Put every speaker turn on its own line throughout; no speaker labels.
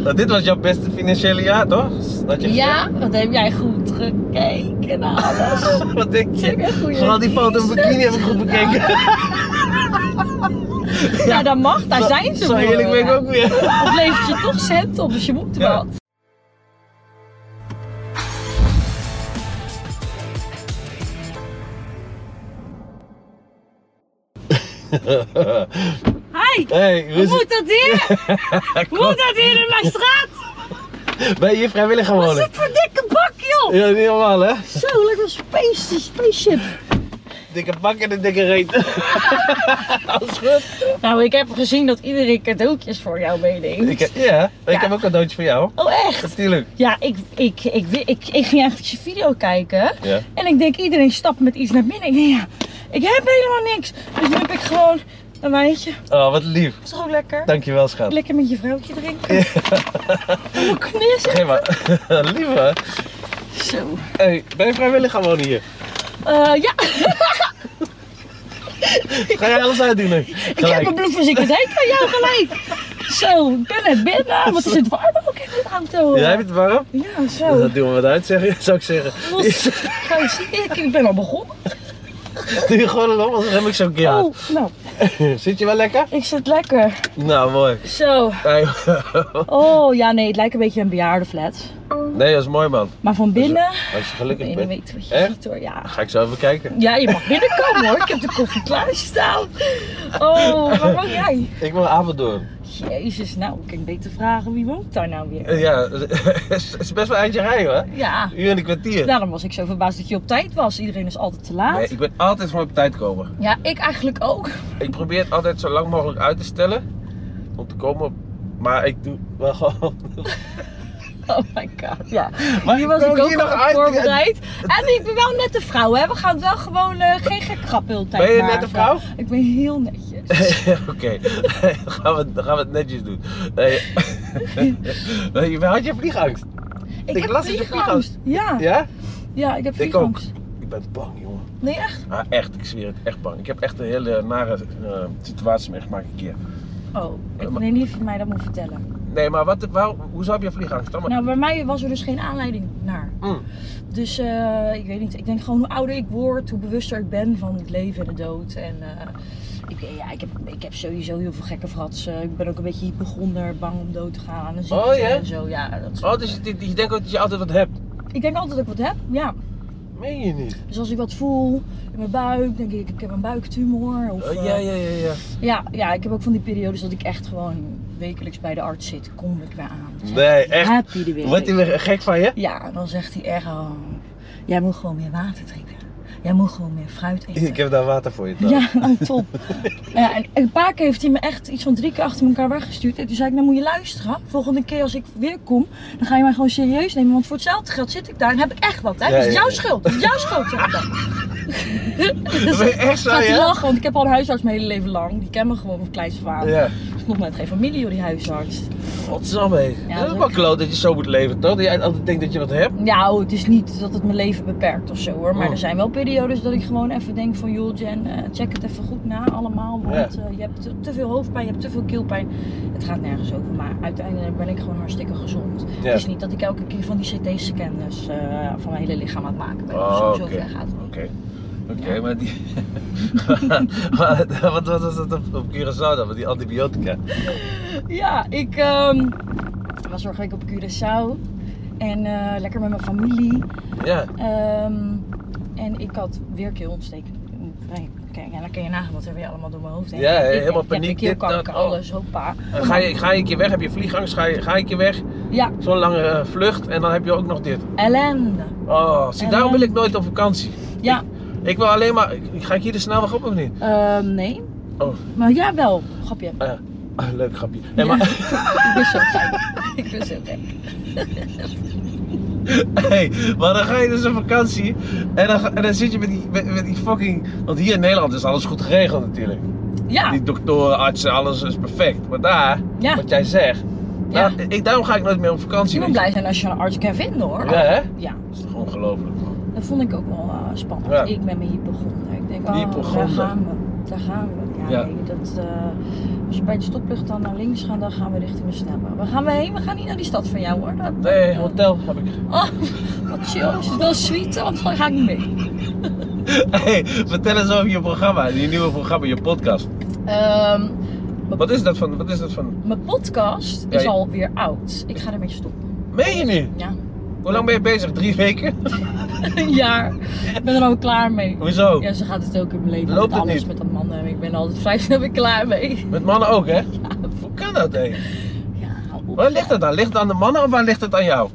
Nou, dit was jouw beste financiële jaar, toch? Dat je
Ja, wat heb jij goed gekeken naar alles.
Wat denk
Zeg
je?
een goede
Vooral die foto in
kiezer.
bikini heb ik goed bekeken.
Ja, Nou, dat mag, daar zijn ze
Zo
voor.
eerlijk ben ik
ja.
ook weer.
Dat levert je toch cent op, dus je moet
Ja.
wat. Hi,
Hey,
hoe
hoe is
moet dat hier? Hoe moet dat hier in mijn straat?
het? ben je hier vrijwillig gaan
Wat is
wonen?
dit voor dikke bak, joh?
Ja, niet helemaal hè?
Zo, lekker een space, spaceship.
Dikke pak en een dikke reet. Alles goed?
Nou, ik heb gezien dat iedereen cadeautjes voor jou meeneemt.
Ik heb, ja, ik
Ja.
heb ook een doodje voor jou.
Oh, echt?
Natuurlijk.
Ja, ik, ik, ik, ik, ik, ik ging eventjes video kijken.
Ja.
En ik denk, iedereen stapt met iets naar binnen. Ik denk, ja, ik heb helemaal niks. Dus nu heb ik gewoon een wijntje.
Oh, wat lief.
Is toch ook lekker?
Dankjewel, schat.
Lekker met je vrouwtje drinken. Oh, Ja. Hoe knus
Geef maar. Lieve.
Zo.
Hey, ben je vrijwillig gaan wonen hier?
Eh, ja,
Ga jij alles uitdienen?
ik heb een bloedverziekte dijk van jou gelijk. Zo, ik ben net binnen. Wat is het warm ook in de auto?
Jij bent warm?
Ja, zo.
Dat doen we wat uit, zeg je, zou ik zeggen.
Oh. Los. Ga je zien? Ik, ik ben al begonnen.
Doe je gewoon een om, anders heb ik zo'n keer aan.
Oh, nou,
Zit je wel lekker?
ik zit lekker.
Nou, mooi.
Zo.
Hey,
Oh, ja, nee, het lijkt een beetje een bejaardenflat.
Nee, dat is mooi, man.
Maar van binnen...
Als je
Ik
gelukkig
weet
bent.
niet wat je
Echt?
ziet hoor, ja.
Ga ik zo even kijken.
Ja, je mag binnenkomen hoor. Ik heb de koffie klaarstaan. Oh, waar woon jij?
Ik wil avondoor.
Jezus, nou, ik kan beter vragen wie woont daar nou weer.
Eh, Ja, het is best wel eindje rijden, hoor.
Ja,
Een uur en een kwartier.
daarom was ik zo verbaasd dat je op tijd was. Iedereen is altijd te laat.
Nee, ik ben altijd van op tijd komen.
Ja, ik eigenlijk ook.
Ik probeer het altijd zo lang mogelijk uit te stellen. Om te komen op... Maar ik doe wel gewoon...
Oh my god, ja.
Maar
Hier was
kom
ik ook
hier
al
nog
op
uit.
voorbereid. En ik ben wel net de vrouw, hè. We gaan wel gewoon eh, geen gek grap de hele tijd
Ben je
maken.
net een vrouw?
Ik ben heel netjes.
Oké, dan, gaan we- dan gaan we het netjes doen. Nee. Nee, maar had je vliegangst?
Ik, heb
las dat je
vliegangst. Ja, ja,
Ja?
ik heb
Ik ook.
vliegangst.
Ik ben bang, jongen.
Nee, echt?
Ah, echt, ik zweer het, echt bang. Ik heb echt een hele nare eh, situatie meegemaakt een keer.
Oh, ik
Maar-
weet niet of je mij dat moet vertellen.
Nee, maar wat, waar, hoezo heb je vliegangst? Dan maar-
Nou, bij mij was er dus geen aanleiding naar.
Mm.
Dus eh, ik weet niet. Ik denk gewoon hoe ouder ik word, hoe bewuster ik ben van het leven en de dood. En eh, ik, ja, ik, heb, ik heb sowieso heel veel gekke fratsen. Ik ben ook een beetje hypochonder, bang om dood te gaan. En ziekte
Oh, ja?
En zo, ja. Dat soort
Oh, dus je, je denkt ook dat je altijd wat hebt.
dingen. Ik denk altijd dat ik wat heb, ja.
Meen je niet?
Dus als ik wat voel in mijn buik, denk ik, ik heb een buiktumor. Of,
Oh,
eh,
ja, ja, ja, ja.
ja, ja, ik heb ook van die periodes dat ik echt gewoon wekelijks bij de arts zit. Kom ik weer aan. Dan zegt
Nee,
hij,
echt?
Heb je de weer?
Wordt hij weer gek van je?
Ja, dan zegt hij echt, oh, jij moet gewoon meer water drinken. Jij moet gewoon meer fruit eten.
Ik heb daar water voor je. trouwens.
Ja, nou, top. ja, en een paar keer heeft hij me echt iets van drie keer achter elkaar weggestuurd. En toen zei ik, nou moet je luisteren. Volgende keer als ik weer kom, dan ga je mij gewoon serieus nemen. Want voor hetzelfde geld zit ik daar en heb ik echt wat. Hè?
Ja,
dat
ja,
is jouw
ja.
schuld. Dat is jouw schuld, zeg ik dan.
Dat ben je echt zo,
Gaat hij
ja?
lachen, want ik heb al een huisarts mijn hele leven lang. Die kennen me gewoon van kleins af aan.
Ja.
Het is nog net geen familie, joh, die huisarts.
Godsamme. hé.
Ja,
dat is
dat-
ook wel kloot dat je zo moet leven, toch? Dat jij altijd denkt dat je wat hebt.
Nou, het is niet dat het mijn leven beperkt of zo hoor. Maar
Oh.
er zijn wel periodes dat ik gewoon even denk van joh Jen, eh, check het even goed na allemaal. Want eh, je hebt te, te veel hoofdpijn, je hebt te veel keelpijn. Het gaat nergens over, maar uiteindelijk ben ik gewoon hartstikke gezond.
Ja.
Het is niet dat ik elke keer van die CT-scanners eh, van mijn hele lichaam aan het maken ben. of
Oh,
zo,
oké.
Zover gaat het
Oké.
niet.
Oké, maar die. maar, wat, wat was dat op, op Curaçao dan? Met die antibiotica?
Ja, ik ehm, was vorige week op Curaçao. En eh, lekker met mijn familie.
Ja.
Ehm, en ik had weer keelontsteking. Nee, Kijk, ja, dan kan je nagaan wat er weer allemaal door mijn hoofd heen
Ja,
gaat. Ik
helemaal
denk,
paniek,
Ja,
dit,
keelkanker,
dat, oh.
alles, hoppa.
En Ga je, ga je een keer weg? Heb je vliegangst? Ga je, ga je een keer weg?
Ja,
Zo'n lange eh, vlucht en dan heb je ook nog dit.
ellende.
Oh, zie,
En
daarom
dan-
wil ik nooit op vakantie.
Ja,
Ik wil alleen maar. ik- Ga ik hier de snelweg op of niet?
ehm, nee.
Oh.
Maar ja, wel. Grapje.
Eh, ah, leuk grapje. Nee,
Ja.
maar,
ik ben zo gek. Ik ben zo gek.
hey, maar dan ga je dus op vakantie en dan, ga- en dan zit je met die, met, met die fucking. Want hier in Nederland is alles goed geregeld natuurlijk.
Ja,
Die doktoren, artsen, alles is perfect. Maar daar,
Ja.
wat jij zegt.
Ja.
daar- ik, daarom ga ik nooit meer op vakantie.
je moet
weet je.
blij zijn als je een arts kan vinden hoor.
Ja, hè?
Ja,
Dat is toch ongelooflijk, man.
dat vond ik ook wel eh, spannend.
Ja.
Ik ben me hypochonder. Ik denk, oh, daar
Hypochonder.
gaan we. Daar gaan we.
Ja.
nee, dat, eh, als je bij de stoplicht dan naar links gaat, dan gaan we richting de snelbaan. Waar gaan we heen? We gaan niet naar die stad van jou hoor. Dat,
Nee,
eh,
hotel heb ik.
Oh, wat chill. Is het wel sweet? Want dan ga ik niet mee.
Hey, vertel eens over je programma, je nieuwe programma, je podcast.
Ehm,
Wat is dat van? Wat is dat van?
mijn podcast
Ja,
is
je-
alweer oud. Ik ga ermee stoppen.
Meen je niet?
Ja,
Hoe lang ben je bezig? Drie weken?
een jaar. Ik ben er al klaar mee.
Hoezo?
Ja, ze gaat het ook in mijn leven.
Oh. Loopt
met
het
alles
niet?
met dat mannen. Ik ben er altijd vrij snel weer klaar mee.
Met mannen ook, hè? Hoe kan dat, hé?
Ja, hou op.
Waar ligt het aan? Ligt het aan de mannen of waar ligt het aan jou?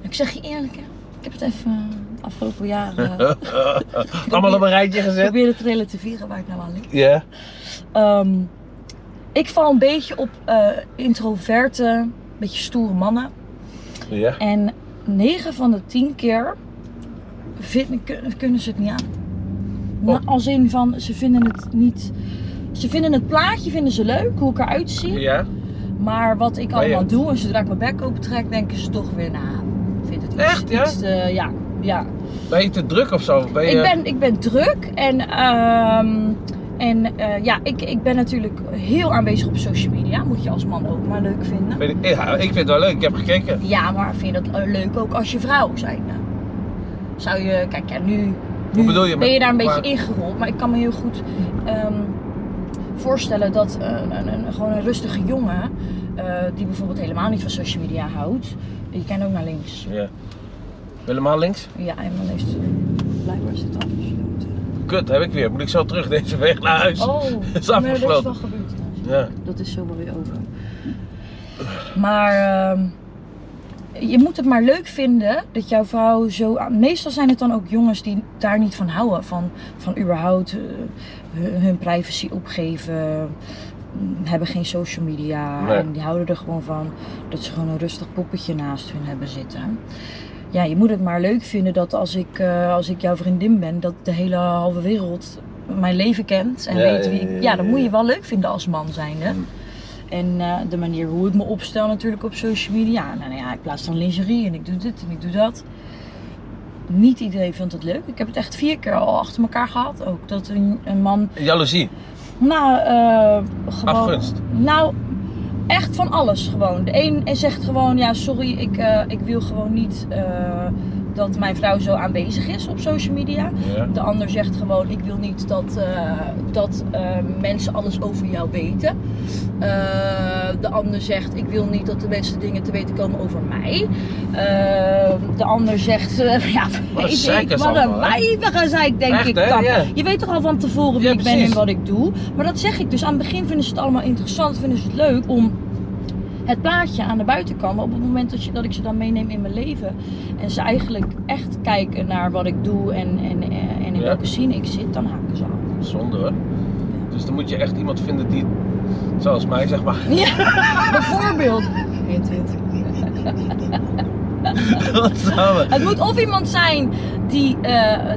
Ik zeg je eerlijk, hè. ik heb het even de afgelopen jaren eh,
Allemaal op een rijtje gezet?
proberen te relativeren waar het nou aan ligt.
Ja.
Ehm, ik val een beetje op eh, introverte, beetje stoere mannen.
Ja.
En 9 van de 10 keer vind- kun- kunnen ze het niet aan. Nou,
Oh.
als in van ze vinden het niet. Ze vinden het plaatje vinden ze leuk, hoe ik eruit zie.
Ja.
Maar wat ik
Maar ja.
allemaal doe, en zodra ik mijn bek open trek, denken ze toch weer na. Ik vind het iets,
Echt, ja?
iets te- ja, ja.
Ben je te druk of zo? Ben je...
Ik, ben, ik ben druk en, ehm, en eh, ja, ik, ik ben natuurlijk heel aanwezig op social media. Moet je als man ook maar leuk vinden.
Weet ik- ja, ik vind het wel leuk, ik heb gekeken.
Ja, maar vind je dat eh, leuk ook als je vrouw zijn? Zou je, kijk, ja, nu, nu
bedoel je?
ben je daar een
Maar-
beetje ingerold, maar ik kan me heel goed ehm, voorstellen dat eh, een, een- een- gewoon een rustige jongen, eh, die bijvoorbeeld helemaal niet van social media houdt, die kan ook naar links.
Ja. Helemaal links?
Ja, helemaal links. Blijkbaar is het anders.
Kut, heb ik weer. Moet ik zo terug deze weg naar huis?
Oh,
Het is
maar dat is wel
afgesloten.
gebeurd. trouwens.
Ja.
Dat is zomaar weer over. Maar ehm, je moet het maar leuk vinden dat jouw vrouw zo. Meestal zijn het dan ook jongens die daar niet van houden. Van, van überhaupt eh, hun, hun privacy opgeven. mm, Hebben geen social media.
Nee.
En die houden er gewoon van dat ze gewoon een rustig poppetje naast hun hebben zitten. Ja, je moet het maar leuk vinden dat als ik, eh, als ik jouw vriendin ben, dat de hele halve wereld mijn leven kent en
Ja,
weet
ja,
wie
ja, ja,
ik. Ja, dat
ja.
moet je wel leuk vinden als man zijnde.
Mm.
En eh, de manier hoe ik me opstel natuurlijk op social media. Nou, nou ja, ik plaats dan lingerie en ik doe dit en ik doe dat. Niet iedereen vindt het leuk. Ik heb het echt vier keer al achter elkaar gehad. Ook dat een, een man,
Jaloezie,
nou, eh gewoon...
afgunst.
Nou, echt van alles gewoon. De een zegt gewoon, ja sorry, ik, eh, ik wil gewoon niet eh, dat mijn vrouw zo aanwezig is op social media.
Ja.
De ander zegt gewoon, ik wil niet dat, eh, dat eh, mensen alles over jou weten. Eh, de ander zegt, ik wil niet dat de mensen dingen te weten komen over mij. Eh, de ander zegt, eh, ja,
Wat een
weet
zeik
ik,
is
wat
allemaal,
een
hè?
wijvige zeik denk
Echt,
ik
hè?
dan.
Ja.
Je weet toch al van tevoren wie
Ja,
ik ben
precies.
en wat ik doe. Maar dat zeg ik dus. Aan het begin vinden ze het allemaal interessant. Vinden ze het leuk om het plaatje aan de buitenkant. Maar op het moment dat, je, dat ik ze dan meeneem in mijn leven. En ze eigenlijk echt kijken naar wat ik doe en, en, en in
Ja.
welke scene ik zit. Dan haken ze af.
Zonde hoor. Dus dan moet je echt iemand vinden die, zoals mij zeg maar,
Ja, bijvoorbeeld. Hint, hint.
wat samen.
Het moet of iemand zijn die eh,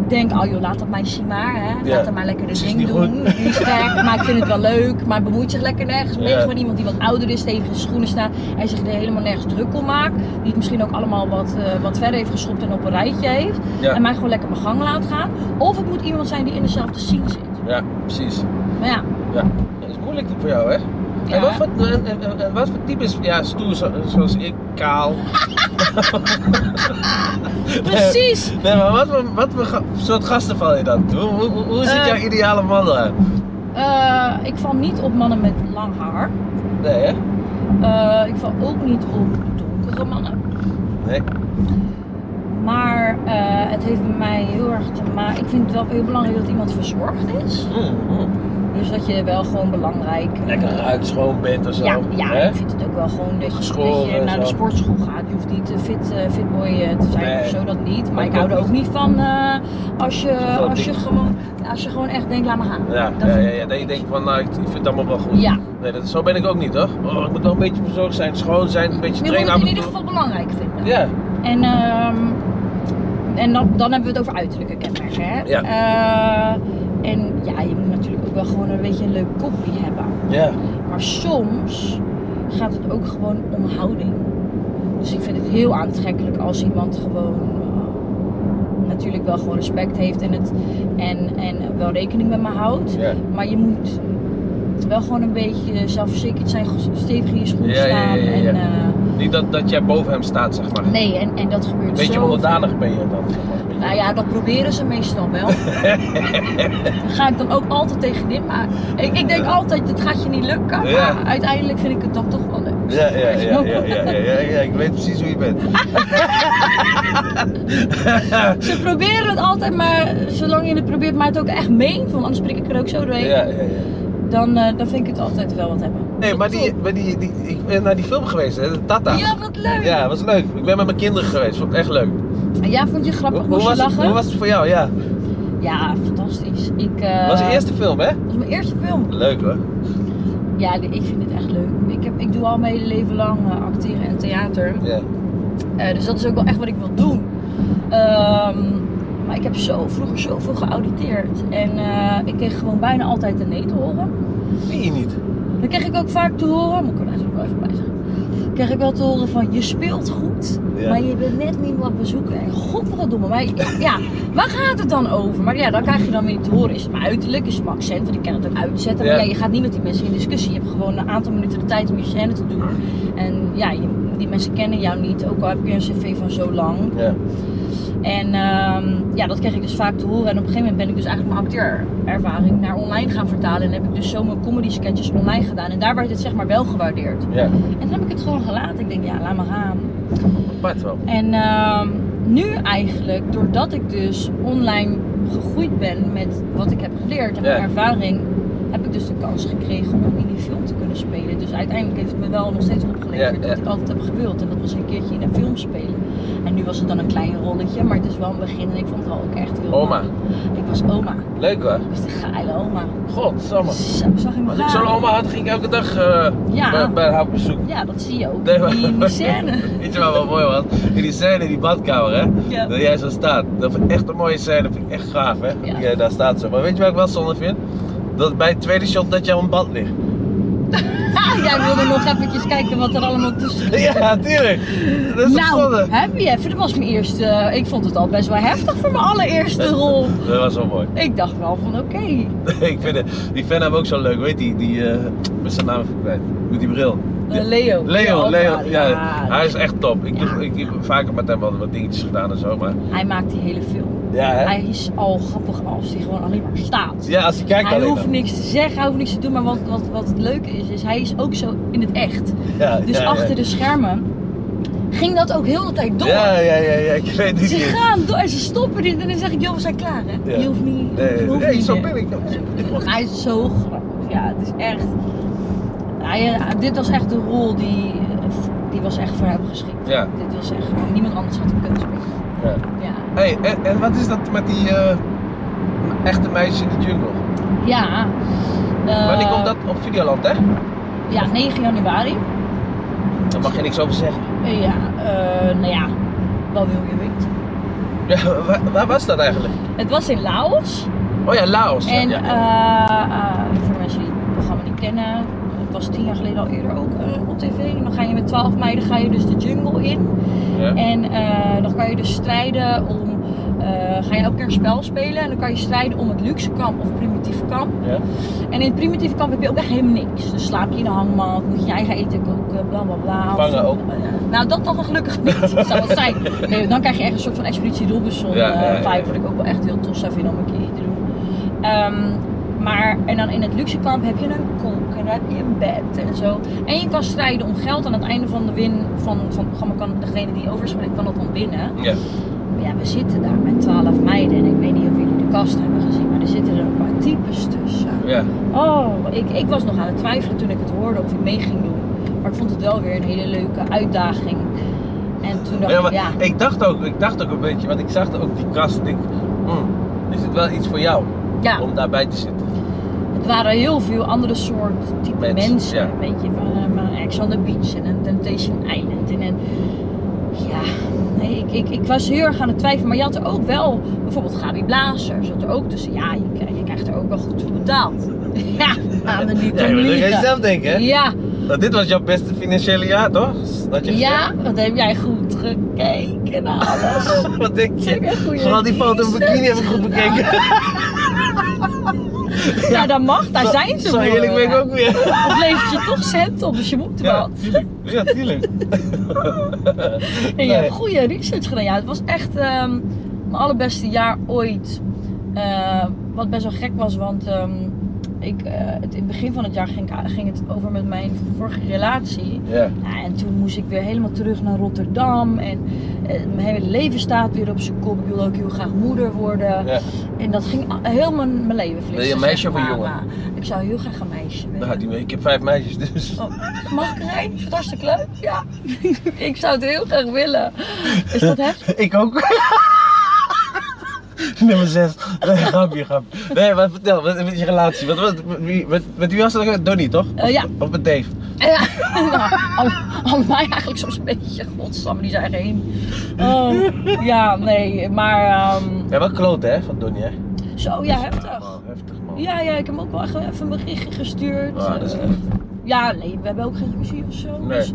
denkt, oh joh, laat dat meisje maar, hè. laat
Ja.
haar maar lekker dit
Ze is
ding
niet
doen. Die is gek, maar ik vind het wel leuk, maar bemoeit zich lekker nergens mee.
Ja.
Gewoon iemand die wat ouder is, tegen zijn schoenen staat en zich er helemaal nergens druk om maakt. Die het misschien ook allemaal wat, eh, wat verder heeft geschopt en op een rijtje heeft. En
Ja,
mij gewoon lekker mijn gang laat gaan. Of het moet iemand zijn die in dezelfde scene zit.
ja precies.
Maar ja,
Dat is moeilijk voor jou hè?
ja.
En, wat voor, en, en- en- en wat voor type is, ja stoer zo- zoals ik, kaal.
precies.
Nee, maar wat, voor- wat voor ga- soort gasten val je dan? Hoe, hoe, hoe- hoe ziet
Eh.
jouw ideale man eruit?
Eh, ik val niet op mannen met lang haar.
Nee hè?
Eh, ik val ook niet op donkere mannen.
Nee.
Maar eh, het heeft bij mij heel erg te maken. Ik vind het wel heel belangrijk dat iemand verzorgd is.
Mm, mm.
Dus dat je wel gewoon belangrijk. eh,
Lekker ruikt, schoon bent of zo.
Ja, ja
hè?
ik vind het ook wel gewoon dat je, dat
Geschoren
je
en
naar de
zo.
sportschool gaat. Je hoeft niet eh, fit, eh, fitboy eh, te zijn
Nee.
of zo, dat niet. Maar
Dat
ik hou er
klopt
ook niet van eh, als, je,
Dat
als, je
ding.
gewoon, als je gewoon echt denkt, laat me gaan.
Ja,
Dat
ja,
vind
ja,
ik
ja, dat je
niks.
denkt van, nou, ik ik vind het allemaal wel goed.
Ja,
Nee, dat, zo ben ik ook niet, hoor. Oh, ik moet wel een beetje verzorgd zijn, schoon zijn, een beetje
je moet
trainen.
het
af
in
en
ieder
toe.
geval belangrijk vinden.
Ja,
En, ehm, en dan, dan hebben we het over uiterlijke kenmerken. Hè?
Ja.
Eh, en ja, je moet natuurlijk ook wel gewoon een beetje een leuk kopje hebben.
ja.
Maar soms gaat het ook gewoon om houding. Dus ik vind het heel aantrekkelijk als iemand gewoon eh, natuurlijk wel gewoon respect heeft en, het, en, en wel rekening met me houdt.
ja.
Maar je moet wel gewoon een beetje zelfverzekerd zijn, stevig in je schoenen
Ja, ja, ja,
staan.
ja,
En,
ja.
eh,
Niet dat, dat jij boven hem staat, zeg maar.
nee, en, en dat gebeurt
Een beetje
zo.
onderdanig ben je dan. zeg maar. Een beetje-
Nou ja, dat proberen ze meestal wel. Dat ga ik dan ook altijd tegenin. Maar ik, ik denk altijd, het gaat je niet lukken.
Ja.
Maar uiteindelijk vind ik het dan toch wel leuk.
Ja, ja, ja, ja, ja, ja, ja, ja, ik weet precies hoe je bent.
Ze proberen het altijd, maar zolang je het probeert, maar het ook echt meent, want anders prik ik er ook zo doorheen.
Ja, ja, ja.
Dan, eh, dan vind ik het altijd wel wat hebben.
Nee, maar, die, maar die, die, ik ben naar die film geweest, hè, Tata.
Ja, wat leuk!
Ja, was leuk. Ik ben met mijn kinderen geweest, vond ik echt leuk.
En jij vond je grappig, moest je
was het,
lachen?
hoe was het voor jou? Ja,
Ja, fantastisch. Ik, eh,
was de eerste film, hè?
dat was mijn eerste film.
Leuk hoor.
Ja, nee, ik vind het echt leuk. Ik, heb, ik doe al mijn hele leven lang eh, acteren en theater.
Ja.
Eh, dus dat is ook wel echt wat ik wil doen. Ehm, maar ik heb zo vroeger zoveel geauditeerd. En eh, ik kreeg gewoon bijna altijd een nee te horen.
Zie je niet?
Dan kreeg ik ook vaak te horen, moet ik er natuurlijk wel even bij zeggen. Kreeg ik wel te horen van je speelt goed,
Ja.
maar je bent net niet wat we zoeken. En godverdomme, maar ja, waar gaat het dan over? Maar ja, dan krijg je dan weer niet te horen. Is het mijn uiterlijk, is het mijn accent? Want ik kan het ook uitzetten. Maar
Ja.
ja, je gaat niet met die mensen in discussie. Je hebt gewoon een aantal minuten de tijd om je scène te doen. En ja, je- die mensen kennen jou niet, ook al heb je een cv van zo lang.
Ja.
En ehm, ja, dat kreeg ik dus vaak te horen. En op een gegeven moment ben ik dus eigenlijk mijn acteurervaring naar online gaan vertalen. En heb ik dus zo mijn comedy sketches online gedaan. En daar werd het zeg maar wel gewaardeerd.
Ja.
En toen heb ik het gewoon gelaten. Ik denk, ja, laat maar gaan.
Apart wel.
En ehm, nu eigenlijk, doordat ik dus online gegroeid ben met wat ik heb geleerd en mijn
Ja.
ervaring, heb ik dus de kans gekregen om in die film te kunnen spelen. Dus uiteindelijk heeft het me wel nog steeds opgeleverd
Ja, ja.
wat ik altijd heb gewild. En dat was een keertje in een film spelen. En nu was het dan een klein rolletje, maar het is wel een begin en ik vond het wel ook echt heel
Oma.
leuk. Ik was oma.
Leuk hoor.
Ik was de geile oma.
God,
Zo, zag je me
Als ik zo'n
gaan?
oma had, ging ik elke dag eh,
Ja.
bij, bij haar op bezoek.
Ja, dat zie je ook.
Nee, maar-
Die, in die scène.
Weet je wel wat mooi was? In die scène in die badkamer, hè?
Ja.
Dat jij zo staat. Dat vind ik echt een mooie scène. Dat vind ik echt gaaf, hè? Dat
Ja.
jij daar staat zo. Maar weet je waar ik wel zonde vind? Dat bij het tweede shot dat jij aan het bad ligt.
Ah, jij wilde nog eventjes kijken wat er allemaal tussen
Ja, tuurlijk. Dat is toch zonde?
nou, heb je even. Dat was mijn eerste. eh, Ik vond het al best wel heftig voor mijn allereerste rol.
Dat was wel mooi.
Ik dacht wel van oké.
ik vind het, die fan hem ook zo leuk. Weet die, die eh, ik ben zijn naam even kwijt. Met die bril.
Eh, Leo.
Leo,
Ja,
Leo.
Alvarez,
Ja,
ja.
hij is echt top. Ik,
Ja.
doe, ik heb vaker met hem wel wat dingetjes gedaan en zo, maar...
Hij maakt die hele film.
Ja, hè?
Hij is al grappig als hij gewoon alleen maar staat.
Ja, als hij kijkt
Hij
alleen
hoeft
dan.
niks te zeggen, hij hoeft niks te doen, maar wat, wat, wat het leuke is, is hij is ook zo in het echt.
Ja,
Dus
ja,
achter
ja.
de schermen ging dat ook heel de tijd door.
Ja, ja, ja, ja, ik weet het
Ze
niet.
gaan door en ze stoppen dit en dan zeg ik, joh, we zijn klaar hè.
Ja.
Je hoeft niet,
Nee,
je
nee,
hoeft
nee,
niet
zo
meer.
ben ik dan.
Hij is zo grappig. Ja, het is echt. Hij, eh, dit was echt de rol die, die was echt voor hem geschikt.
Ja.
Dit was echt gewoon niemand anders had hem kunnen spelen.
Ja.
Ja.
Hey, en, en wat is dat met die eh, echte meisje in de jungle?
Ja. eh,
Wanneer komt dat op Videoland, hè?
Ja, 9 januari.
Daar mag je niks over zeggen.
Eh, Ja, eh, nou ja, wat wil je weten?
Ja, waar, waar was dat eigenlijk?
Het was in Laos.
Oh ja, Laos. ja,
En
ja, ja.
eh, eh, voor mensen die het programma niet kennen, het was tien jaar geleden al eerder ook eh, op tv. Dan ga je met 12 meiden ga je dus de jungle in.
Ja.
En eh, dan kan je dus strijden om. eh, ga je elke keer een spel spelen en dan kan je strijden om het luxe kamp of primitieve kamp.
Ja.
En in het primitieve kamp heb je ook echt helemaal niks. Dus slaap je in een hangmat, moet je je eigen eten koken, bla bla bla.
Vangen ook.
Nou, dat toch wel gelukkig niet, zou het zijn. Nee, dan krijg je echt een soort van expeditie Robinson
Ja, ja,
eh,
ja, ja.
vibe, wat ik ook wel echt heel tof zou vinden om een keer te doen. Ehm, maar, en dan in het luxe kamp heb je een kok en dan heb je een bed en zo. En je kan strijden om geld. Aan het einde van de win van, van het programma kan degene die overspringt, kan dat dan winnen.
Ja.
Maar ja, we zitten daar met 12 meiden en ik weet niet of jullie de kast hebben gezien, maar er zitten er een paar types tussen.
Ja.
Oh, ik, ik was nog aan het twijfelen toen ik het hoorde of ik mee ging doen. Maar ik vond het wel weer een hele leuke uitdaging. En toen dacht
Ja, maar
ik, ja,
Ik, dacht ook, ik dacht ook een beetje, want ik zag ook die kast. Ik denk, hmm, is het wel iets voor jou
ja,
om daarbij te zitten?
het waren heel veel andere soort type
Mensen,
mensen.
ja.
Een beetje van, eh, van een Ex on the Beach en een Temptation Island. En een, ja, nee, ik, ik, ik was heel erg aan het twijfelen. Maar je had er ook wel, bijvoorbeeld Gabi Blazer zat er ook tussen. Ja, je, krijgt- je krijgt er ook wel goed voor betaald. Ja, aan de niet
Ja, je
om
moet er geen
liegen.
zelf denken, hè?
Ja,
Nou, dit was jouw beste financiële jaar, toch? Dat je
ja, dat heb jij goed gekeken. Alles.
gezegd- Wat denk
Zeker
je?
goeie
Vooral die foto in
research.
bikini heb ik goed bekeken.
Ja, dat mag, daar
Zo-
zijn ze
Zo
voor.
eerlijk ben ik
Ja.
ook weer.
Of levert je toch cent op, dus je moet
Ja,
wat.
tuurlijk. Ja, tuurlijk.
En je
Nee.
hebt goede research gedaan. Ja, het was echt ehm, mijn allerbeste jaar ooit. Eh, wat best wel gek was, want ehm, ik, eh, het, in het begin van het jaar ging, ik- ging het over met mijn vorige relatie.
Ja.
Ja, en toen moest ik weer helemaal terug naar Rotterdam. En eh, mijn hele leven staat weer op zijn kop. Ik wil ook heel graag moeder worden.
Ja.
En dat ging a- heel mijn, mijn leven flitsen.
Wil je een meisje
zeg
of een
maar.
jongen?
Maar Ik zou heel graag een meisje willen.
Nou, die, ik heb vijf meisjes, dus.
Oh, mag ik erin? Fantastisch leuk. Ja, ik zou het heel graag willen. Is dat heftig?
Ik ook. Nummer 6. Nee, grapje, grapje. Nee, maar vertel, wat, met je relatie. Wat, wat, met, wie- met, met wie was dat? ook? Donnie, toch?
Eh, ja.
Of met Dave?
Ja, nou, al- al mij eigenlijk soms een beetje. Godsamme, die zijn geen. Oh, ja, nee, maar ehm,
Ja, wel kloot, hè, van Donnie, hè?
zo, ja, heftig.
Man, heftig, man.
Ja, ja, ik heb hem ook wel echt even een berichtje gestuurd.
Ah, dat is
Eh,
lief.
ja, nee, we hebben ook geen ruzie of zo.
Nee.
Dus,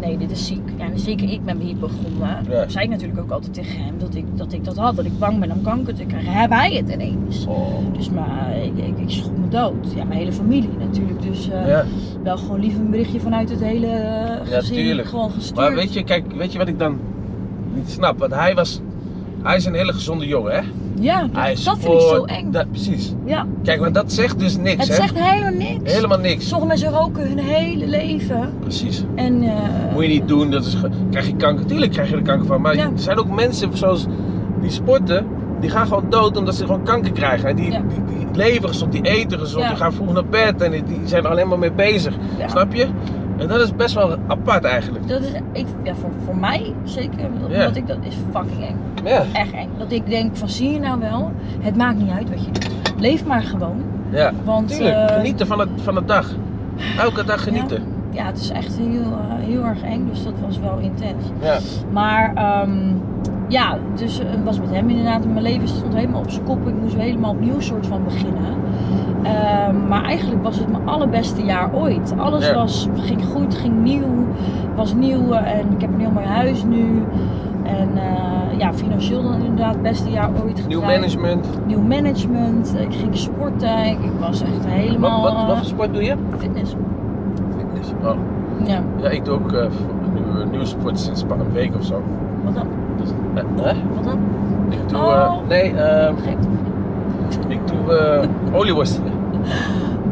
nee, dit is ziek. Ja, en zeker ik ben hier begonnen.
Ja.
Zei ik natuurlijk ook altijd tegen hem dat ik dat, ik dat had. Dat ik bang ben om kanker te krijgen. Heb hij het ineens?
Oh.
Dus maar, ik, ik, ik schrok me dood. Ja, mijn hele familie natuurlijk. Dus eh,
Ja.
wel gewoon lief een berichtje vanuit het hele eh,
Ja,
gezin.
tuurlijk.
Gewoon gestuurd.
Maar weet je, kijk, weet je wat ik dan niet snap? Want hij was. Hij is een hele gezonde jongen, hè?
ja, dat,
Hij is
dat vind ik zo
voor-
eng.
dat- precies.
ja.
Kijk, want dat zegt dus niks,
Het
hè?
zegt helemaal niks.
Helemaal niks.
Sommige mensen roken hun hele leven.
Precies.
En, eh,
Moet je niet doen, dat is ge- krijg je kanker. Tuurlijk krijg je er kanker van. Maar
Ja.
er zijn ook mensen zoals die sporten, die gaan gewoon dood omdat ze gewoon kanker krijgen. En die,
Ja.
die, die leven gezond, die eten gezond,
Ja.
die gaan vroeg naar bed en die, die zijn er alleen maar mee bezig.
Ja.
Snap je? En dat is best wel apart eigenlijk.
Dat is, ik, ja, voor, voor mij zeker, omdat
Ja.
ik dat is fucking eng.
Ja.
Echt eng. Dat ik denk van zie je nou wel, het maakt niet uit wat je doet. Leef maar gewoon.
ja.
Want,
Tuurlijk,
eh,
genieten van, het, van de dag. Elke dag genieten.
Ja, het is echt heel, eh, heel erg eng, dus dat was wel intens.
Ja.
Maar ehm, ja, dus het was met hem inderdaad. Mijn leven stond helemaal op zijn kop. Ik moest helemaal opnieuw soort van beginnen. Ehm, maar eigenlijk was het mijn allerbeste jaar ooit. Alles
Ja.
was, ging goed, ging nieuw, was nieuw eh, en ik heb een heel mooi huis nu. En eh, ja, financieel dan inderdaad het beste jaar ooit.
Nieuw
gedraaid.
management.
Nieuw management. Ik ging sporten. Ik was echt
Wat,
helemaal
wat, wat
eh,
voor sport doe je?
fitness.
Fitness. Oh.
Ja,
Ja, ik doe ook eh, nieuwe, nieuwe sport sinds een week of zo.
wat dan?
Dus, eh, hè?
Wat dan?
Ik doe,
Oh.
eh, nee, ehm,
Gek.
ik doe eh olieworstelen.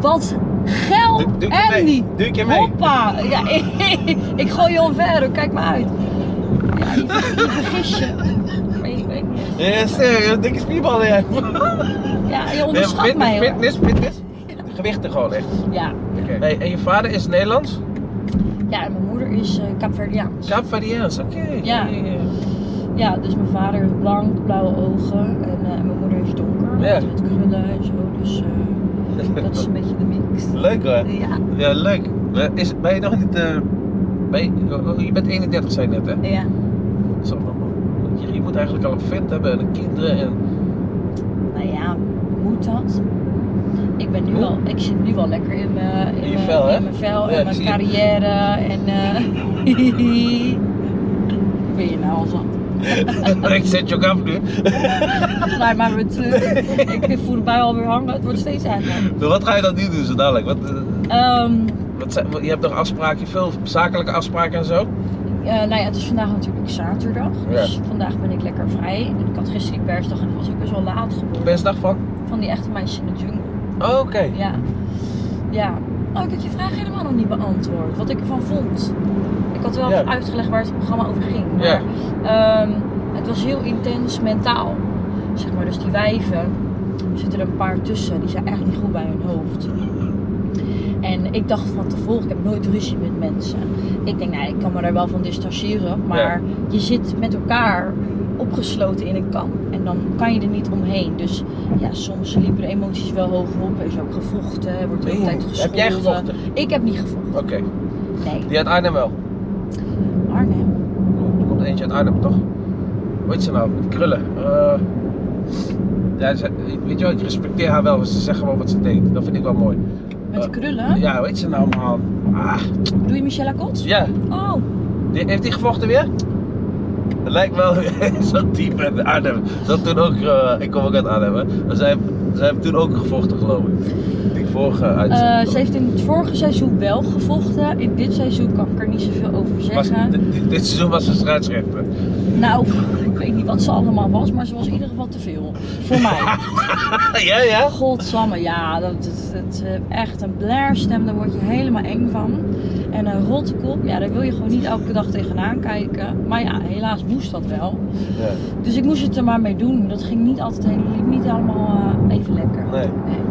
Wat gel,
Doe, doe ik je
Andy!
mee? Doe ik je mee?
Hoppa! Ja, ik, ik gooi je omver, hoor. kijk maar uit. Ja, je, je vergis je. Maar je- ik-
Ja, serieus, dikke spierballen jij.
Ja, je
Nee,
onderschat
fitness,
mij. hoor.
fitness, fitness. Gewichten gewoon echt.
Ja.
Oké. Hey, en je vader is Nederlands?
ja, en mijn moeder is eh Kaapverdiaans.
Kaapverdiaans, oké.
Ja. Ja, dus mijn vader heeft blank, blauwe ogen. En eh, mijn moeder is donker,
Ja.
met krullen en zo. Dus eh, dat is een beetje de mix.
Leuk hoor.
Ja,
Ja, leuk. Eh, Is, ben je nog niet... eh, ben je, oh, oh, je bent 31, zei je net hè?
ja.
Zo, man. Je, je moet eigenlijk al een vent hebben en kinderen en...
Nou ja, moet dat? Ik ben nu
Moet.
al, ik zit nu wel lekker in mijn
In je
mijn-
vel, hè?
in mijn vel
Ja,
en
ik
mijn
zie het.
carrière en. eh ben je nou al zat?
ik zet je ook af nu.
Draai maar weer terug. ik voel erbij alweer hangen. Het wordt steeds erger.
Maar wat ga je dan nu doen zo dadelijk? Wat, eh,
Ehm,
wat, zijn- je hebt nog afspraken, veel zakelijke afspraken en zo?
eh, nou ja, het is vandaag natuurlijk zaterdag. Dus vandaag ben ik lekker vrij. Ik had gisteren die persdag en dat was ook best wel laat geworden.
Best dag van?
Van die echte meisjes in de jungle.
Oh, oké.
Ja. Ja. Oh, ik had je vraag helemaal nog niet beantwoord. Wat ik ervan vond. Ik had wel
Ja.
uitgelegd waar het programma over ging. Maar
Ja.
ehm, het was heel intens mentaal. Zeg maar, dus die wijven zitten er een paar tussen. Die zijn echt niet goed bij hun hoofd. En ik dacht van tevoren, ik heb nooit ruzie met mensen. Ik denk, nou, ik kan me daar wel van distancieren. Maar je zit met elkaar opgesloten in een kamp. En dan kan je er niet omheen. Dus ja, soms liepen de emoties wel hoog op. Er is ook gevochten, er wordt de hele tijd gescholden.
heb jij gevochten?
Ik heb niet gevochten.
Oké,
Nee,
die uit Arnhem wel.
Arnhem.
Er komt eentje uit Arnhem, toch? Hoe heet ze nou? Met krullen. Eh, ja, ze- weet je wel, ik respecteer haar wel, want ze zegt gewoon wat ze denkt. Dat vind ik wel mooi.
Met de
Eh,
krullen.
Ja, hoe heet ze nou, man? Ah,
Doe je Michelle Kots?
ja.
Oh,
Die- heeft die gevochten weer? Het lijkt wel zo'n type uit Arnhem. Dat toen ook, eh, ik kom ook uit Arnhem, hè. Maar zij, zij hebben toen ook gevochten, geloof ik. Die vorige
Eh,
uitzending.
ze heeft in het vorige seizoen wel gevochten. In dit seizoen kan ik er niet zoveel over
was,
zeggen.
dit, dit- dit seizoen was ze scheidsrechter.
Nou, ik weet niet wat ze allemaal was, maar ze was in ieder geval te veel. Voor mij.
ja, ja.
Godsamme, ja, dat, dat, dat, eh, echt een blairstem, daar word je helemaal eng van. En een rotte kop, ja, daar wil je gewoon niet elke dag tegenaan kijken. Maar ja, helaas moest dat wel.
ja.
Dus ik moest het er maar mee doen. Dat ging niet altijd heel, liep niet allemaal eh, even lekker.
Nee.
nee.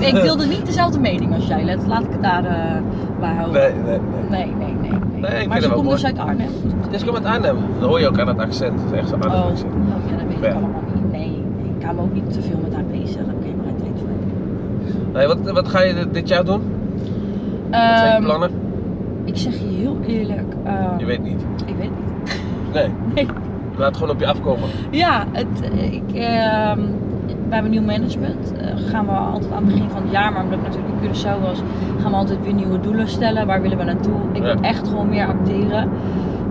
Nee, Ik ik wilde niet dezelfde mening als jij, let, laat ik het daar eh, bij houden.
Nee, nee, nee.
Nee, nee, nee. nee.
Nee, ik vind
maar
het
ze
wel
komt
mooi.
dus uit Arnhem.
Dus ik kom uit Arnhem. Dat hoor je ook aan het accent. Het is echt zo'n Arnhem
oh,
accent.
oh, ja, dat weet ik
Ja.
allemaal niet. Nee, nee, ik hou me ook niet te veel met haar bezig. Daar heb ik helemaal geen tijd voor.
Nee, wat, wat ga je dit- dit jaar doen? Wat zijn je
Ehm,
plannen?
Ik zeg je heel eerlijk, eh,
Je weet niet.
ik weet niet.
Nee.
Nee.
Laat het gewoon op je afkomen.
Ja, het, ik, ehm, bij mijn nieuw management eh, gaan we altijd aan het begin van het jaar, maar omdat ik natuurlijk in Curaçao was, gaan we altijd weer nieuwe doelen stellen. Waar willen we naartoe? Ik
Ja.
wil echt gewoon meer acteren.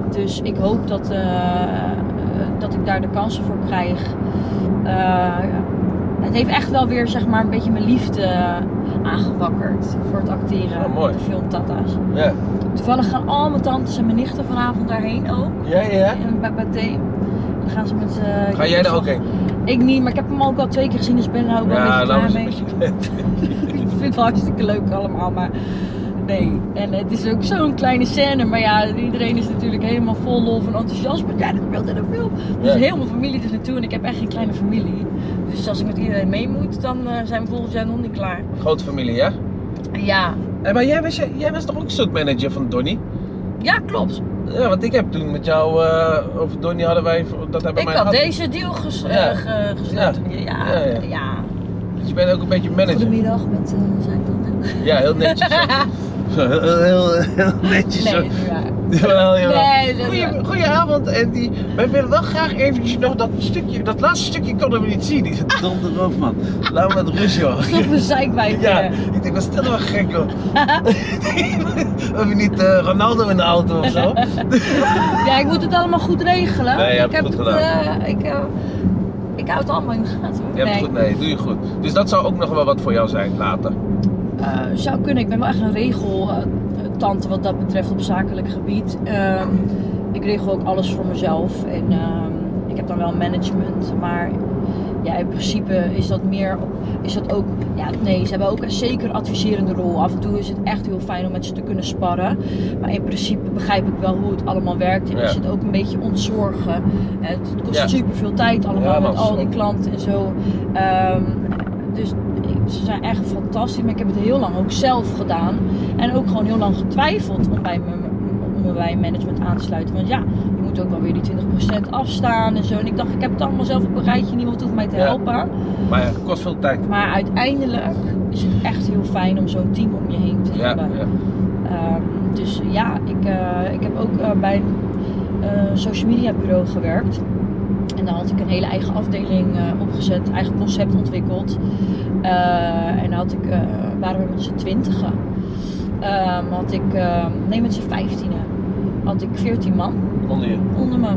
Dus ik hoop dat, eh, eh, dat ik daar de kansen voor krijg. Eh, het heeft echt wel weer zeg maar, een beetje mijn liefde aangewakkerd voor het acteren.
Oh, mooi.
De film Tata's.
Ja.
Toevallig gaan al mijn tantes en mijn nichten vanavond daarheen ook.
Ja, ja.
En bij Pathé. Dan gaan ze met. eh,
Ga jij daar ook heen?
Ik niet, maar ik heb hem ook al twee keer gezien, dus ik ben er ook wel
Ja,
een beetje
laten
klaar
we
mee.
eens een beetje.
ik vind het wel hartstikke leuk allemaal, maar nee. En het is ook zo'n kleine scène, maar ja, iedereen is natuurlijk helemaal vol lof en enthousiasme. Ja, dat speelt in een film. Dus
Ja.
heel mijn familie is naartoe en ik heb echt geen kleine familie. Dus als ik met iedereen mee moet, dan eh, zijn we volgens jaar nog niet klaar.
Grote familie, ja?
Ja,
Hé, Eh, maar jij was, jij was toch ook stuntmanager van Donnie?
ja klopt.
Ja, want ik heb toen met jou eh, over Donnie hadden wij dat hij bij
Ik
mij
had
gehad.
deze deal ges
Ja.
eh, ge- gesloten. Ja,
Ja,
ja.
ja. Dus je bent ook een beetje manager.
Goedemiddag met eh, zijn tante.
Ja, heel netjes. Zo, Zo, heel, heel, heel netjes.
Nee,
zo.
dat is niet waar.
Jawel, jawel.
Nee, dat is
Goeie-
waar.
Goedenavond Andy. Wij willen wel graag eventjes nog dat stukje, dat laatste stukje konden we niet zien. Die zit donder op man. Laat me met rust joh.
Stop een zeikwijf.
Ja,
eh.
ik denk, wat stel wel gek joh. Heb je niet eh, Ronaldo in de auto of zo?
Ja, ik moet het allemaal goed regelen.
Nee, je hebt
ik
het goed
het,
gedaan.
eh, ik, eh, ik hou het allemaal in de gaten. hoor.
Je hebt
nee.
het goed, nee, doe je goed. Dus dat zou ook nog wel wat voor jou zijn later.
Eh, zou kunnen. Ik ben wel echt een regeltante wat dat betreft op zakelijk gebied. Ehm, ik regel ook alles voor mezelf. En ehm, ik heb dan wel management, maar ja, in principe is dat meer. Is dat ook. Ja, nee, ze hebben ook een zeker adviserende rol. Af en toe is het echt heel fijn om met ze te kunnen sparren. Maar in principe begrijp ik wel hoe het allemaal werkt. En
Ja.
is het ook een beetje ontzorgen. Het kost
Ja.
super veel tijd allemaal
Ja,
met
dat is
al die
ook-
klanten en zo. Ehm, dus ze zijn echt fantastisch. Maar ik heb het heel lang ook zelf gedaan. En ook gewoon heel lang getwijfeld om bij, mijn, om me bij management aan te sluiten. Want ja, je moet ook wel weer die 20% afstaan en zo. En ik dacht, ik heb het allemaal zelf op een rijtje. Niemand hoeft mij te
Ja.
helpen.
Maar ja, het kost veel tijd.
Maar uiteindelijk is het echt heel fijn om zo'n team om je heen te
Ja,
hebben.
ja.
Ehm, dus ja, ik, eh, ik heb ook eh, bij een eh, social media bureau gewerkt. En daar had ik een hele eigen afdeling eh, opgezet, eigen concept ontwikkeld. Eh, en daar had ik, eh, waren we met z'n twintigen. Ehm, had ik, eh, nee met z'n vijftienen, had ik veertien man
onder je.
onder me.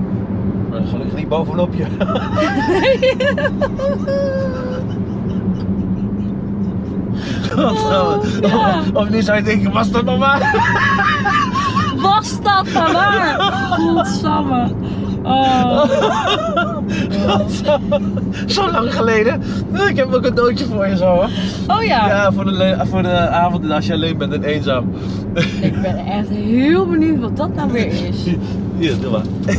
Maar gelukkig niet bovenop je. Godverdomme.
Oh, ja.
Of- Of nu zou je denken, was dat nog maar?
Was dat maar waar? Godsamme. Oh.
Godverdomme. Zo lang geleden. Ik heb een cadeautje voor je zo hoor.
oh ja,
Ja, voor de, le- voor de avond als je alleen bent en eenzaam.
ik ben echt heel benieuwd wat dat nou weer is.
Hier, doe maar.
Oeh,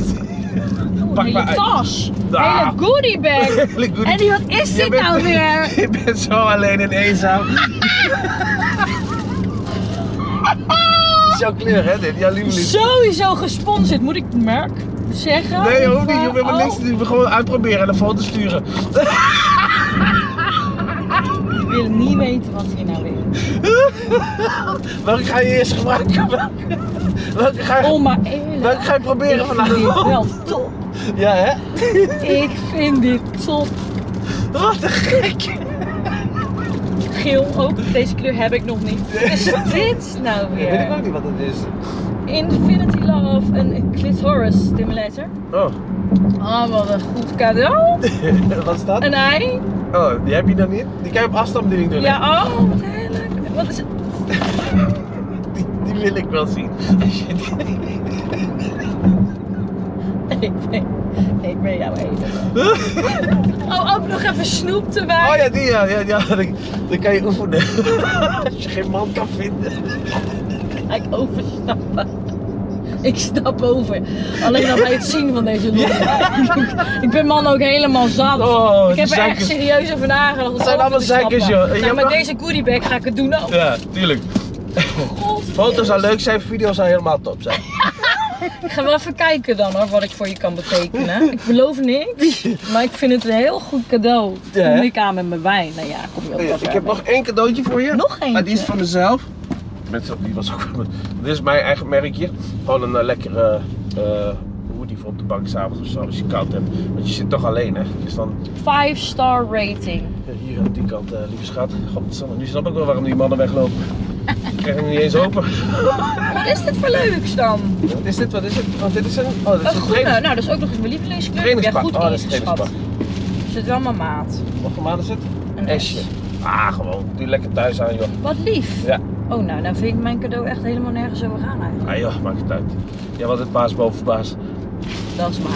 Pak
een
maar uit.
hele tas. Een
Ah.
hele goodie bag.
Heerlijk goed.
Eddie, wat is
Je
dit
bent-
nou weer?
Je bent zo alleen en eenzaam. Dat is jouw kleur hè dit, jouw lieve lief.
Sowieso gesponsord, moet ik het merk zeggen?
Nee,
Of,
hoeft niet. Je hoeft
eh,
helemaal niks te
oh,
doen. Gewoon uitproberen en een foto sturen.
Ik wil niet weten wat hier nou weer.
Welke ga je eerst gebruiken? Welke, welke ga je...
Oh, maar eerlijk.
Welke ga je proberen
ik vind dit
vanavond?
wel top.
Ja, hè?
Ik vind dit top.
Wat een gek.
Geel ook. Deze kleur Oh, heb ik nog niet. Wat is dit nou
Ik weet ik
weer?
ook niet wat het is.
Infinity Love, een clitoris stimulator.
Oh,
Oh, wat een goed cadeau.
wat is dat?
En hij?
Oh, die heb je dan niet? Die kan je op afstandsbediening doen. hè?
Ja, oh, wat heerlijk. Wat is het?
Die, die wil ik wel zien.
Ik ben, ik ben jouw eten. Oh, ook nog even snoep erbij.
Oh ja, die ja, ja, ja. Dan, dan kan je oefenen. Als je geen man kan vinden.
Ga ik overstappen. Ik stap over. Alleen al bij het zien van deze lol. ik ben man ook helemaal zat.
Oh,
ik
die
heb er echt
zeikers.
serieus over nagedacht.
Het zijn
Oh,
allemaal
die stappen.
zeikers, joh. En
Nou,
je
met
mag-
deze goodiebag ga ik het doen ook.
Ja, tuurlijk.
God.
Foto's zou leuk zijn, video's zou helemaal top zijn.
Ik ga wel even kijken dan hoor, wat ik voor je kan betekenen. Ik beloof niks, maar ik vind het een heel goed cadeau.
Ja, hè?
Kom ik aan met mijn wijn. Nou ja, kom je ook wel
Ik
ver
heb
mee.
nog één cadeautje voor je.
Nog
Maar die is
eentje?
van mezelf. Mensen, die was ook Dit is mijn eigen merkje. Gewoon een eh, lekkere eh hoodie voor op de bank s'avonds of zo, als je koud hebt. Want je zit toch alleen, hè? Dus dan
5 star rating.
Ja, Hier aan die kant, eh, lieve schat. Godsamme, nu snap ik wel waarom die mannen weglopen. Ik krijg hem niet eens open.
Wat is dit voor leuks dan?
Wat is dit? Wat is het? Oh, dit is een. Oh, dit is
Oh,
een
groene.
trainers-
Nou, dat is ook nog eens mijn lievelingskleur. Ik ben
trainingspak.
goed
oh, dat is een
ingeschat.
trainingspak.
Zit wel mijn maat.
Wat voor maand is het?
Een
Esje.
S.
Ah, gewoon. Doe lekker thuis aan, joh.
Wat lief.
Ja.
Oh, nou, nou vind ik mijn cadeau echt helemaal nergens over gaan eigenlijk.
Ah, joh, maakt het uit. Jij was het baas boven baas.
Dat is maar.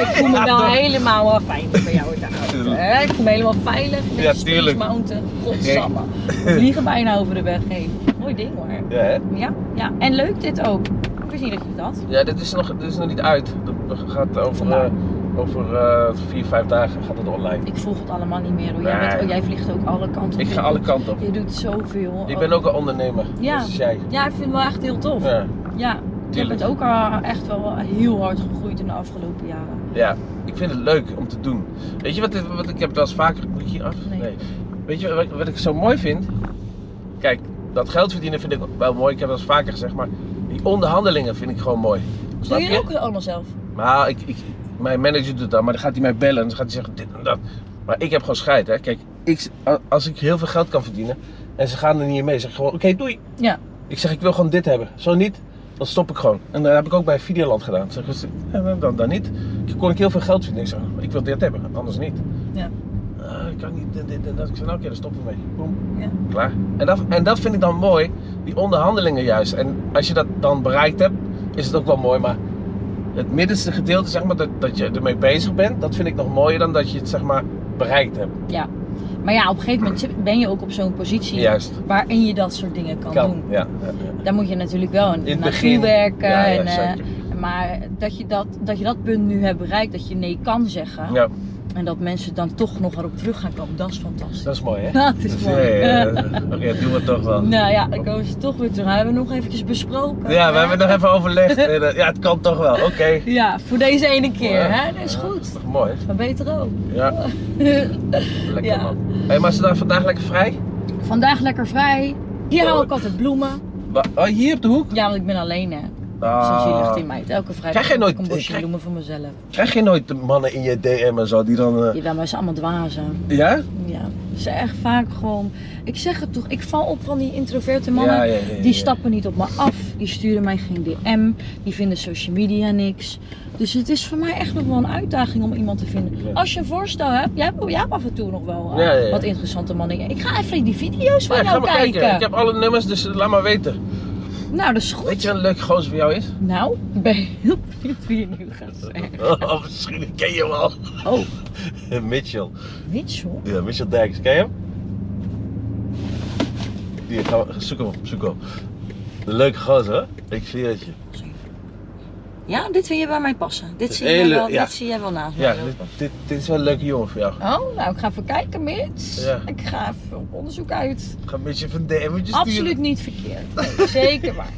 ik voel me wel helemaal eh, fijn bij jou in de auto.
Tuurlijk.
hè? Ik voel me helemaal veilig. in
Ja,
de
tuurlijk.
Space Mountain. Godsamme. We vliegen bijna over de weg heen. Mooi ding hoor.
Ja, hè?
Ja, ja. En leuk dit ook. Ik wist niet dat je het had.
Ja, dit is nog, dit is nog niet uit. Dat gaat over,
Vandaag.
eh, over eh, vier, vijf dagen gaat het online.
Ik volg het allemaal niet meer. Hoor. Jij,
Nee.
bent, oh, jij vliegt ook alle kanten op.
Ik ga alle kanten op.
Je doet zoveel.
Ik ben ook een ondernemer.
Ja.
net als jij.
Ja, ik vind het wel echt heel tof.
Ja.
Ja, je
Tuurlijk.
bent ook eh, echt wel heel hard gegroeid in de afgelopen jaren.
Ja, ik vind het leuk om te doen. Weet je wat, dit- wat ik heb het wel eens vaker. Moet ik hier af?
Nee.
Weet je wat, wat ik zo mooi vind? Kijk, dat geld verdienen vind ik wel mooi. Ik heb dat eens vaker gezegd, maar die onderhandelingen vind ik gewoon mooi. Snap
Doe je het ook allemaal zelf?
Maar ik, ik, mijn manager doet dat, maar dan gaat hij mij bellen en dan gaat hij zeggen dit en dat. Maar ik heb gewoon scheid, hè. Kijk, ik, als ik heel veel geld kan verdienen en ze gaan er niet in mee, zeg ik gewoon, oké, doei.
Ja.
Ik zeg, ik wil gewoon dit hebben. Zo niet, dan stop ik gewoon. En dat heb ik ook bij Videoland gedaan. Zeg, dus, eh, dan, dan niet. Ik kon ik heel veel geld verdienen. Ik zeg, ik wil dit hebben, anders niet.
Ja.
Eh, ik kan niet dit, dit en dat. Ik zeg, nou oké, dan stoppen we mee. Boem.
Ja.
Klaar. En dat, en dat vind ik dan mooi, die onderhandelingen juist. En als je dat dan bereikt hebt, is het ook wel mooi, maar het middenste gedeelte, zeg maar, dat, dat je ermee bezig bent, dat vind ik nog mooier dan dat je het, zeg maar, bereikt hebt.
Ja. Maar ja, op een gegeven moment ben je ook op zo'n positie
Juist.
waarin je dat soort dingen kan,
Kan,
doen.
ja. ja, ja.
Daar moet je natuurlijk wel
In
in,
het
naartoe
begin.
werken.
Ja, ja,
en, eh,
zeker.
maar dat je dat, dat je dat punt nu hebt bereikt, dat je nee kan zeggen.
Ja,
En dat mensen dan toch nog erop terug gaan komen, dat is fantastisch.
dat is mooi, hè?
Dat is mooi.
Nee, eh, Oké, doen we toch wel.
Nou ja, dan komen ze toch weer terug. Hebben we nog eventjes besproken.
Ja, we
hè?
hebben nog even overlegd. En, eh, Ja, het kan toch wel. Oké.
Ja, voor deze ene keer.
Ja.
Hè? Dat is
Ja, Dat is
goed.
toch mooi?
Maar beter ook.
Ja, lekker
Ja.
man. hey, maar is het daar vandaag lekker vrij?
Vandaag lekker vrij. Hier hou ik altijd bloemen.
Wa- Oh, hier op de hoek?
Ja, want ik ben alleen hè.
Ah.
Zo zielig in mij. Elke vrijdag
Krijg jij
koop ik
nooit-
een bosje
krijg-
bloemen voor mezelf.
Krijg je nooit de mannen in je DM en zo die dan... eh,
Jawel, maar ze zijn allemaal dwazen.
Ja?
Ja, ze zijn echt vaak gewoon... Ik zeg het toch, ik val op van die introverte mannen.
Ja, ja, ja, ja,
Die
ja.
stappen niet op me af. Die sturen mij geen DM. Die vinden social media niks. Dus het is voor mij echt nog wel een uitdaging om iemand te vinden.
Ja.
Als je een voorstel hebt, jij hebt, jij hebt af en toe nog wel eh,
Ja, ja, ja.
wat interessante mannen. Ik ga even die video's van
Ja, ga
jou
maar
kijken.
kijken. Ik heb alle nummers, dus eh, laat maar weten.
Nou, dat is goed.
Weet je wat een leuk gozer voor jou is?
Nou, ik ben heel benieuwd wie je nu gaat zeggen.
Oh, misschien ken je hem al.
Oh,
Mitchell.
Mitchell?
Ja, Mitchell Dijks. Ken je hem? Hier, ga, zoek hem op. Zoek hem op. Een leuke gozer, hè? Ik zie het je.
Ja, dit vind je bij mij passen. Dit zie,
Hele-
jij, wel,
ja.
dit zie jij wel naast
Ja,
mij
dit,
lopen.
dit, dit is wel een leuke jongen voor jou.
Oh, nou, ik ga even kijken, Mitch.
Ja.
Ik ga even op onderzoek uit.
Ik ga een beetje van DM'tjes sturen.
Absoluut niet verkeerd. Nee, zeker waar.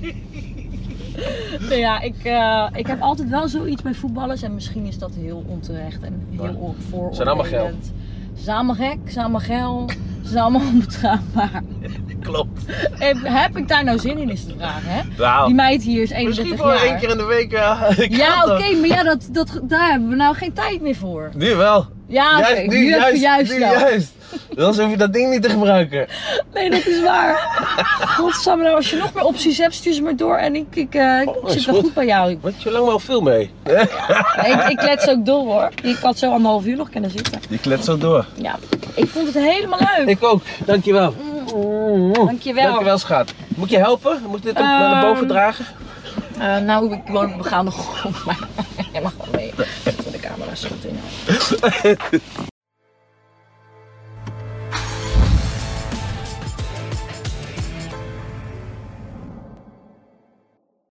Nou ja, ik, eh, ik heb altijd wel zoiets bij voetballers en misschien is dat heel onterecht en
Ja.
heel on- vooroordelend.
Zijn allemaal geil.
Ze zijn allemaal gek, ze zijn allemaal geil, ze zijn allemaal onbetrouwbaar.
Klopt.
Heb, heb ik daar nou zin in, is de vraag, hè? Die
Nou,
meid hier is 31
misschien wel
jaar.
één keer in de week. Ja, Ik
Ja,
ga
oké,
toch.
maar ja, dat, dat, daar hebben we nou geen tijd meer voor.
Nu wel.
Ja, oké.
juist, nu,
nu
juist,
even juist
nu,
wel.
juist. Dan hoef je dat ding niet te gebruiken.
Nee, dat is waar. Godsamme, nou, als je nog meer opties hebt, stuur ze maar door. En ik, ik, eh, ik
Oh, is
zit wel
goed.
goed bij jou.
Want je lang wel veel mee.
Nee, ik, ik klets ook door hoor. Ik had zo anderhalf uur nog kunnen zitten.
Je kletst zo door.
Ja, ik vond het helemaal leuk.
Ik ook, dankjewel.
Dankjewel.
Dankjewel, schat. Moet je helpen? Moet ik dit ook naar de boven
Ehm,
dragen?
Eh, nou, ik woon op een begaande grond, maar jij mag wel mee. Voor de camera zo in.